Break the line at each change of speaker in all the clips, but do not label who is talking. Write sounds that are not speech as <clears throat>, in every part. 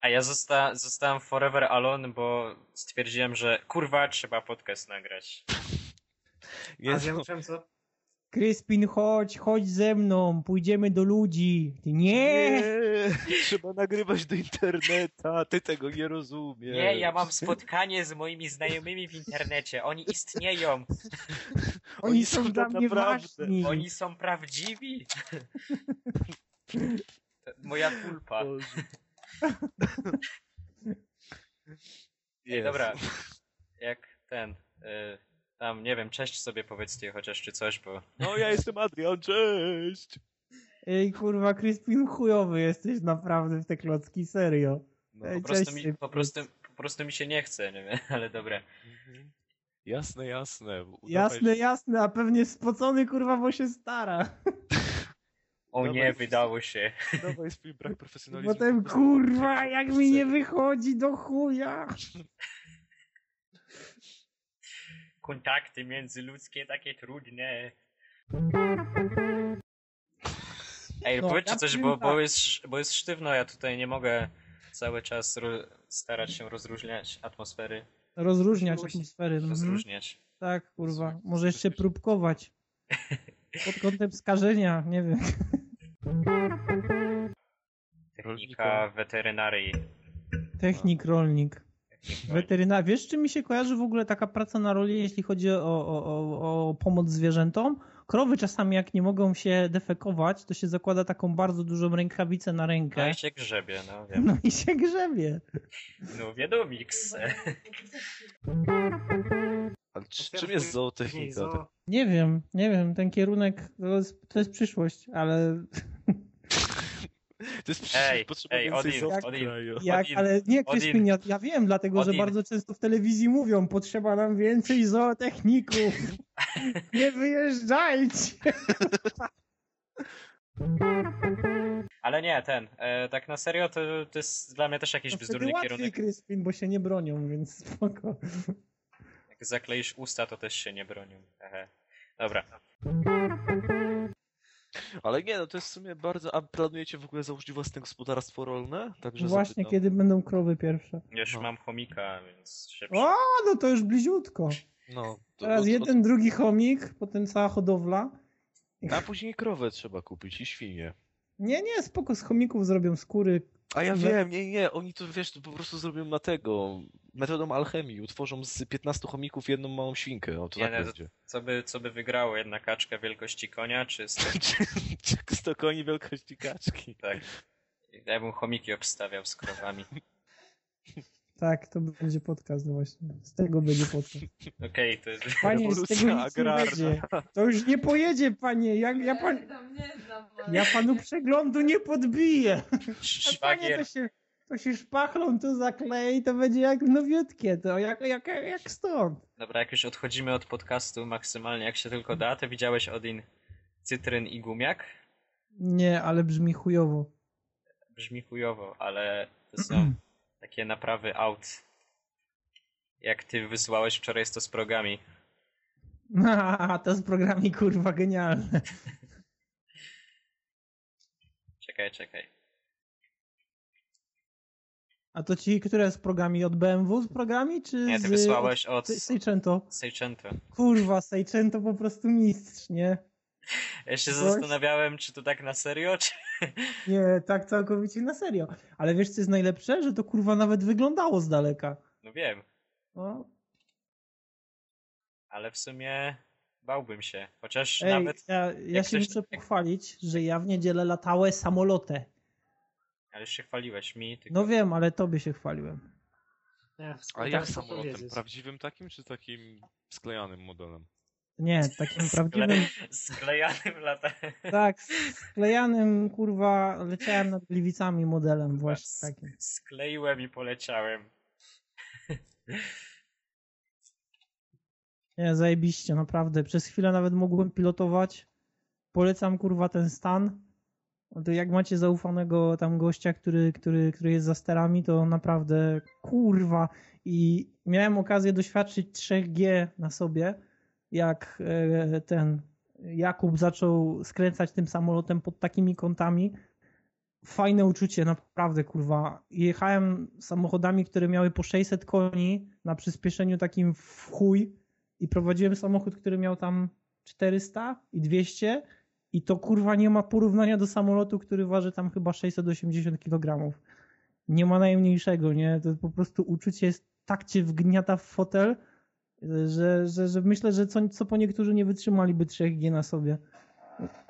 A ja zosta zostałem forever alone, bo stwierdziłem, że kurwa, trzeba podcast nagrać.
Jezu.
A ja musiałem za...
Kryspin, chodź, chodź ze mną, pójdziemy do ludzi. Ty nie!
Nie, Trzeba nagrywać do interneta, ty tego nie rozumiesz.
Nie, ja mam spotkanie z moimi znajomymi w internecie. Oni istnieją.
Oni, są, dla mnie ważni.
Oni są prawdziwi. To Moja kulpa.
Boże.
Ej,
Jezu.
dobra. Jak ten. Y, tam, nie wiem, cześć sobie powiedzcie chociaż czy coś, bo.
No ja jestem Adrian, cześć!
Ej, kurwa, Kryspin, chujowy jesteś naprawdę w te klocki, serio.
No,
Ej,
Po prostu,
cześć,
mi,
Cyprus.
po, prostu, po prostu mi się nie chce, nie wiem, <laughs> ale dobra.
mhm. Jasne, jasne. Udawaj,
Jasne, jasne, a pewnie spocony, kurwa, bo się stara.
O
Dobra,
nie,
wszyscy-
wydało się.
Udawaj swój brak profesjonalizmu.
Potem, kurwa, jak mi nie wychodzi, do chuja.
Kontakty międzyludzkie takie trudne. Ej,
No,
powiedzcie
ja
coś,
powiem
bo,
tak.
bo, jest, sz- bo jest sztywno, ja tutaj nie mogę cały czas ro- starać się rozróżniać atmosfery.
Rozróżniać
Rozróżnić.
atmosfery. mhm.
Rozróżniać.
Tak, kurwa, może jeszcze próbkować. Pod kątem skażenia, nie wiem.
Technika weterynarii. No,
Technik, rolnik.
Technika-
Weteryna. Wiesz, czy mi się kojarzy w ogóle taka praca na roli, jeśli chodzi o, o, o, o pomoc zwierzętom? Krowy czasami, jak nie mogą się defekować, to się zakłada taką bardzo dużą rękawicę na
No
rękę.
i się grzebie, no wiem.
No i się grzebie.
No wiadomix.
Ale czy, czym jest
Nie,
zootechnika?
za...
Nie wiem, nie wiem, ten kierunek to jest, to jest przyszłość, ale,
To jest
Ej,
przyszłość, potrzeba
ej,
więcej
Odin,
zoot w
Odin.
kraju.
jak,
Odin,
ale nie,
Odin.
Kryspin, ja, ja wiem, dlatego że
Odin.
bardzo często w telewizji mówią, potrzeba nam więcej zootechników. nie wyjeżdżajcie.
Ale nie, ten. E, tak na serio, to, to jest dla mnie też jakiś
To wtedy
bzdurny
łatwiej,
kierunek.
Kryspin, bo się nie bronią, więc spoko.
Jak zakleisz usta, to też się nie bronią. Ehe. Dobra.
Ale nie, no to jest w sumie bardzo... A planujecie w ogóle założyć własne gospodarstwo rolne? Także
Właśnie,
zapytam.
kiedy będą krowy pierwsze.
Już
No.
mam chomika, więc się
O, no to już bliziutko.
No, to
Teraz
od- od-
jeden, drugi chomik, potem cała hodowla.
A później krowę trzeba kupić i świnie.
Nie, nie, spoko, z chomików zrobią skóry.
A ja
Że-
wiem, nie, nie, oni to wiesz, to po prostu zrobią na tego, metodą alchemii, utworzą z 15 chomików jedną małą świnkę, o to
Nie,
tak
no,
będzie. <laughs>
Co by, co by wygrało? Jedna kaczka wielkości konia, czy sto...
Czy- czy 100 koni wielkości kaczki.
tak. Ja bym chomiki obstawiał z
<laughs>
krowami.
Tak, to będzie podcast właśnie. Z tego będzie podcast.
Okej, to jest...
Panie, z tego nic nie
agrarna.
będzie. To już nie pojedzie, panie. Ja, ja, pan,
znam, nie znam. ale-
ja panu przeglądu nie podbiję. A panie, to
Szwagier.
się, to się szpachlą tu zaklei, to będzie jak nowiutkie. To jak, jak, jak stąd.
Dobra, jak już odchodzimy od podcastu maksymalnie jak się tylko da, to widziałeś Odin Cytryn i Gumiak?
Nie, ale brzmi chujowo. <laughs>
Brzmi chujowo, ale to
<clears throat>
są takie naprawy aut. Jak ty wysłałeś wczoraj z to z progami.
to z programami kurwa genialne.
Czekaj, czekaj.
A to ci, które z programi? Od BMW z programi, czy
Nie,
z...
ty wysłałeś od
od Seicento.
Seicento.
Kurwa, Seicento po prostu mistrz, nie?
Ja się
Coś?
zastanawiałem, czy to tak na serio, czy...
Nie, tak całkowicie na serio. Ale wiesz, co jest najlepsze? Że to kurwa nawet wyglądało z daleka.
No wiem,
No,
ale w sumie bałbym się. Chociaż
Ej,
nawet...
ja, ja
jak
się
ktoś- tak-
muszę pochwalić, że ja w niedzielę latałem samolotem.
Ale już się chwaliłeś mi, tylko...
No wiem, ale tobie się chwaliłem.
Nie,
A
skąd
jak
to
samolotem?
powiedzieć?
Prawdziwym takim, czy takim sklejanym modelem?
<laughs>
Nie, takim prawdziwym,
Skle... Sklejanym lata.
tak, sklejanym, kurwa, leciałem nad Gliwicami modelem właśnie takim.
Skleiłem i poleciałem.
Nie, zajebiście, naprawdę. Przez chwilę nawet mogłem pilotować. Polecam, kurwa, ten stan. No To jak macie zaufanego tam gościa, który, który, który jest za sterami, to naprawdę kurwa. I miałem okazję doświadczyć 3G na sobie, jak e, ten Jakub zaczął skręcać tym samolotem pod takimi kątami, fajne uczucie, naprawdę, kurwa. Jechałem samochodami, które miały po 600 koni na przyspieszeniu takim w chuj i prowadziłem samochód, który miał tam 400 i 200 i to kurwa nie ma porównania do samolotu, który waży tam chyba 680 kg. Nie ma najmniejszego, nie? To po prostu uczucie jest tak cię wgniata w fotel, że, że, że myślę, że co, co po niektórzy nie wytrzymaliby 3G na sobie.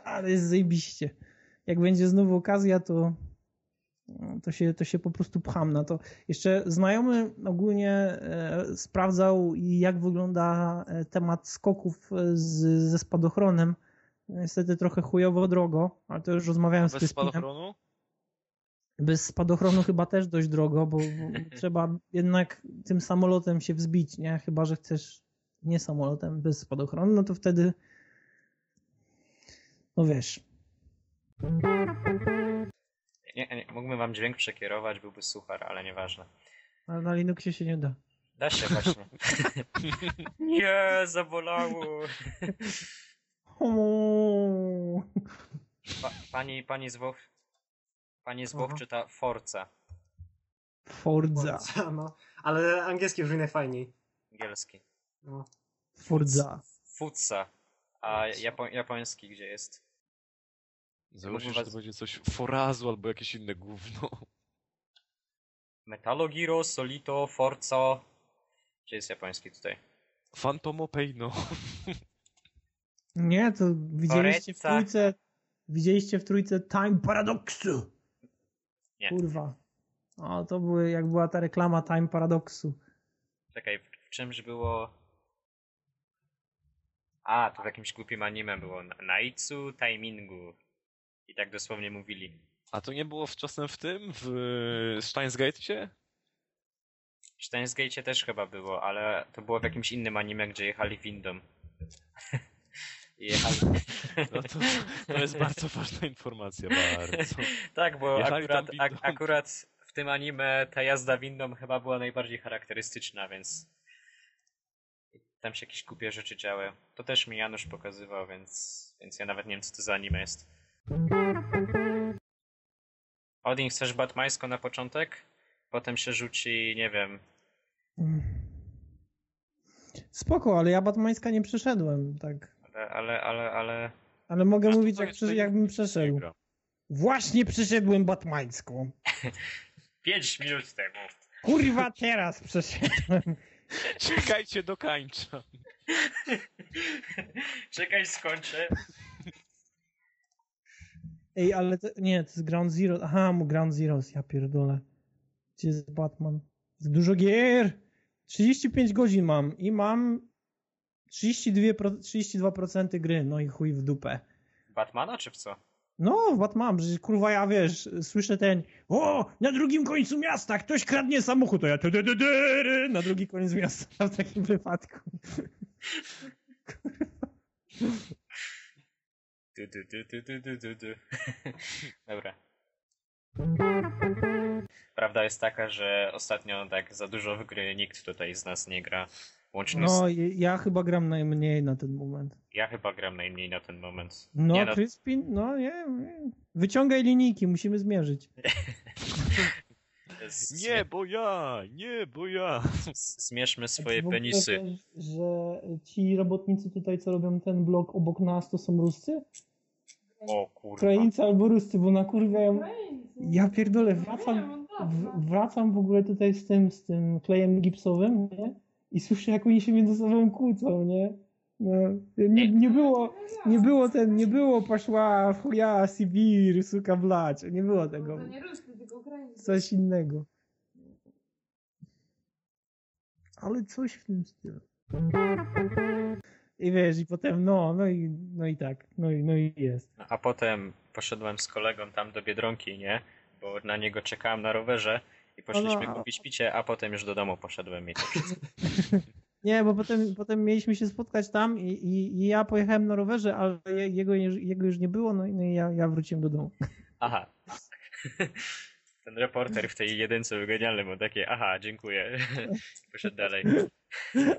Ale jest zajebiście. Jak będzie znowu okazja, to, to, się, to się po prostu pcham na to. Jeszcze znajomy ogólnie e, sprawdzał, jak wygląda e, temat skoków e, z, ze spadochronem. Niestety trochę chujowo drogo, ale to już rozmawiałem z
Bez
Kryspinem.
spadochronu?
Bez spadochronu chyba też dość drogo, bo bo trzeba jednak tym samolotem się wzbić, nie? Chyba, że chcesz nie samolotem, bez spadochronu, no to wtedy no wiesz.
Nie, nie, mógłbym wam dźwięk przekierować, byłby suchar, ale nieważne.
Ale na Linuxie się nie da.
Da się
<laughs>
właśnie. nie, zabolało.
O,
Pa, pani, pani z Włoch, pani z Włoch
Aha.
czyta Forza,
Forza.
Forza, no. Ale angielski brzmi najfajniej.
angielski.
No.
Forza.
Futsa, a japo, japoński gdzie jest?
Założę,
Kurwa,
że to będzie coś forazu albo jakieś inne gówno. <laughs>
Metalogiro, Solito, Forza. Gdzie jest japoński tutaj?
Phantom Paino.
Nie, to widzieliście w
Forza.
trójce widzieliście w trójce Time Paradoxu.
Nie.
Kurwa. O, to były, jak była ta reklama Time Paradoxu.
Czekaj, w, w czymś było... A, to w jakimś głupim anime było. Na- Naitsu Timingu. I tak dosłownie mówili.
A to nie było wczasem w tym? W Steins Gate'cie?
W Steins Gate'cie też chyba było, ale to było w jakimś innym anime, gdzie jechali windą. <laughs> I jechali...
No to, to jest bardzo ważna informacja, bardzo.
tak, bo
Jechali
akurat,
tam
ak-
windą.
akurat w tym anime ta jazda windą chyba była najbardziej charakterystyczna, więc tam się jakieś głupie rzeczy działy. To też mi Janusz pokazywał, więc, więc ja nawet nie wiem, co to za anime jest. Odin, chcesz Batmańsko na początek? Potem się rzuci, nie wiem,
Mm. Spoko, ale ja Batmańska nie przeszedłem, tak.
ale, ale, ale, ale...
Ale mogę
A to
No mówić, jak
jest
przesz-
tutaj
jakbym
nic nie
przeszedł.
gra.
Właśnie przeszedłem Batmańską.
5 minut temu.
<laughs>
Kurwa, teraz przeszedłem.
Czekajcie, dokańczam.
<laughs> Czekaj, skończę.
Ej, ale to, nie, to jest Ground Zero. Aha, mu Ground Zero, ja pierdolę. Gdzie jest Batman? Jest dużo gier! 35 godzin mam i mam 32%, 32% gry, no i chuj w dupę.
Batmana czy w co?
No, Batman, przecież kurwa ja wiesz, słyszę ten o, na drugim końcu miasta ktoś kradnie samochód, to ja ty, ty, ty, ty, na drugi koniec miasta <laughs> w takim wypadku.
Du, du, du, du, du, du, du, du. <laughs> Dobra. Prawda jest taka, że ostatnio tak za dużo w gry nikt tutaj z nas nie gra. Łącznie z...
No, i- ja chyba gram najmniej na ten moment.
Ja chyba gram najmniej na ten moment.
No,
nie,
Crispin, no nie, nie. Wyciągaj linijki, musimy zmierzyć.
z- z-
Nie, bo ja! Nie, bo ja!
z- Zmierzmy swoje
Czy Znaczy, w ogóle
penisy.
wiesz, Że ci robotnicy tutaj, co robią ten blok obok nas, to są Ruscy?
O kurwa.
Ukraińcy albo Ruscy, bo na kurwa ja, ja pierdolę,
Wracam.
wracam,
No.
w, wracam w ogóle tutaj z tym, z tym klejem gipsowym, nie? I słyszę, jak oni się między sobą kłócą, nie? No, nie, nie było, nie było ten, nie było poszła w chuja Sibir, suka blać, nie było tego,
No To nie ruski, tylko Ukraińcy.
coś innego. Ale coś w tym stylu. I wiesz, i potem no, no i, no i tak, no i, no i jest.
A potem poszedłem z kolegą tam do Biedronki, nie? Bo na niego czekałem na rowerze i poszliśmy
no, a-
kupić picie, a potem już do domu poszedłem i to wszystko.
Nie, bo potem, potem mieliśmy się spotkać tam i, i, i ja pojechałem na rowerze, ale je- jego, już- jego już nie było, no i, no i ja, ja wróciłem do domu. <laughs>
Aha. <laughs> Ten reporter w tej jedynce był genialny, bo takie, aha, dziękuję. <laughs> Poszedł dalej.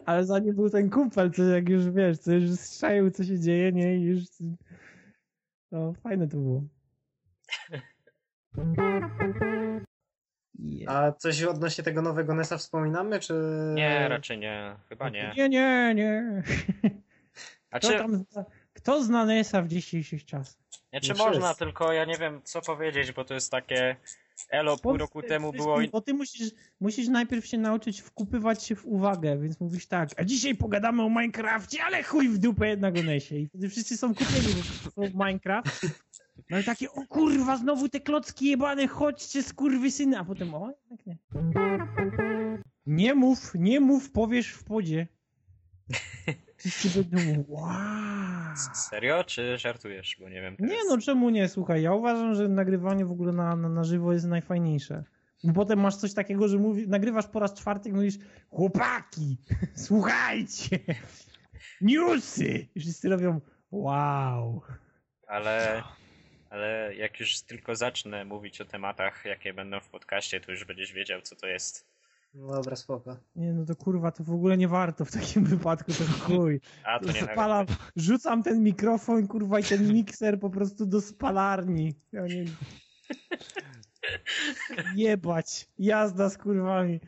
Ale za nim był ten kumpel, co jak już wiesz, co już strzelił, co się dzieje, nie? I już... No, fajne to było. Yeah.
A coś odnośnie tego nowego NES-a wspominamy, czy...
Nie, raczej nie. Chyba nie.
Nie, nie, nie.
A
Kto,
czy,
tam zna, kto zna Nesa w dzisiejszych czasach?
nie, czy
Nie
można,
wszyscy.
tylko ja nie wiem co powiedzieć, bo to jest takie... Elo, pół
Powiedz
roku
tym
temu
wszystkim,
było... in-
Bo ty musisz, musisz najpierw się nauczyć wkupywać się w uwagę, więc mówisz tak, a dzisiaj pogadamy o Minecrafcie, ale chuj w dupę jednak o Nesie. I wtedy wszyscy są kupieni bo są w Minecraft. No i takie, o kurwa, znowu te klocki jebane, chodźcie skurwysyny, a potem o, jednak nie. Nie mów, nie mów, powiesz w podzie. Wszyscy będą, wow.
Serio? Czy żartujesz? Bo nie wiem.
Nie
teraz.
no, czemu nie? Słuchaj, ja uważam, że nagrywanie w ogóle na, na, na żywo jest najfajniejsze. Bo potem masz coś takiego, że mówi, nagrywasz po raz czwarty i mówisz chłopaki, <laughs> słuchajcie, newsy! I wszyscy robią wow.
Ale, ale jak już tylko zacznę mówić o tematach, jakie będą w podcaście, to już będziesz wiedział, co to jest.
No Dobra, spoko.
Nie no to kurwa, to w ogóle nie warto w takim wypadku, to chuj.
A
<laughs>
to nie
Spalam, rzucam ten mikrofon kurwa i ten mikser po prostu do spalarni. Ja nie... Jebać, jazda z kurwami.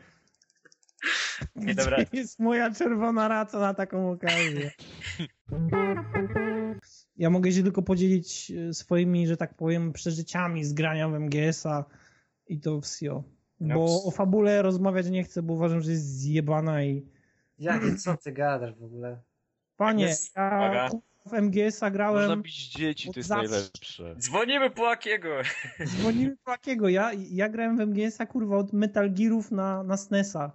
Nie,
Gdzie
dobra.
<laughs> jest moja czerwona raca na taką okazję? Ja mogę się tylko podzielić e, swoimi, że tak powiem, przeżyciami z grania w MGS-a i to w SIO. Bo
Ups.
o fabule rozmawiać nie chcę, bo uważam, że jest zjebana i
Jakie, co ty gadasz w ogóle?
Panie,
Jest. Uwaga.
ja kurwa, w MGS-a
Można
grałem,
bić dzieci,
od
to jest
zawsze.
najlepsze.
Dzwonimy po Akiego!
dzwonimy po takiego. Ja, ja grałem w MGS-a kurwa od Metal Gearów na, na SNES-a.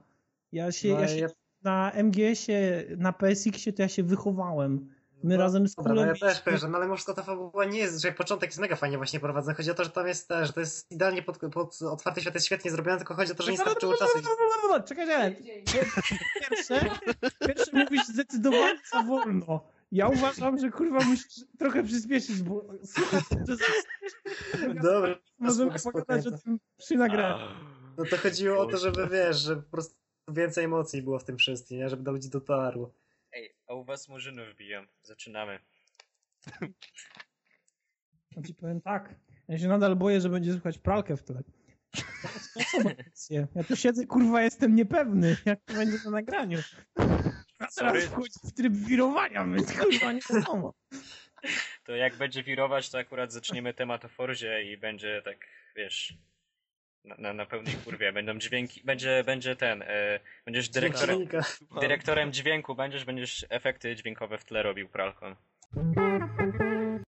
Ja się,
No,
ja się
ja-
na MGS-ie, na PSX-ie to ja się wychowałem. My
no,
razem z
Dobra, no
Kulem
ja też
mieliśmy-
kojarzę, no ale może to ta fabuła nie jest, że początek jest mega fajnie właśnie prowadzony. Chodzi o to, że tam jest, że to jest idealnie pod, pod otwarty świat, jest świetnie zrobione, tylko chodzi o to,
No,
że nie starczyło czasu.
Czekaj, czekaj. Pierwsze, pierwsze mówisz zdecydowanie za wolno. Ja uważam, że kurwa musisz trochę przyspieszyć, bo słuchaj, to jest-
Dobra,
możemy
spoko, spoko,
pogadać
ja
o
to-
tym przy nagraniu.
No to chodziło o to, żeby wiesz, że po prostu więcej emocji było w tym wszystkim, nie? żeby do ludzi dotarło.
Ej, a u was murzynów biją. Zaczynamy.
Ja ci powiem tak. Ja się nadal boję, że będzie słychać pralkę w tle. To są emocje. Ja tu siedzę, kurwa, jestem niepewny, jak to będzie na nagraniu. A teraz
Sorry.
wchodzi w tryb wirowania, więc kurwa nie wiadomo.
To jak będzie wirować, to akurat zaczniemy temat o Forzie i będzie tak, wiesz... Na, na, na pełnej kurwie. Będą dźwięki... Będzie, będzie ten... E, będziesz dyrektorem,
Silnika.
dyrektorem dźwięku, będziesz, będziesz efekty dźwiękowe w tle robił pralką.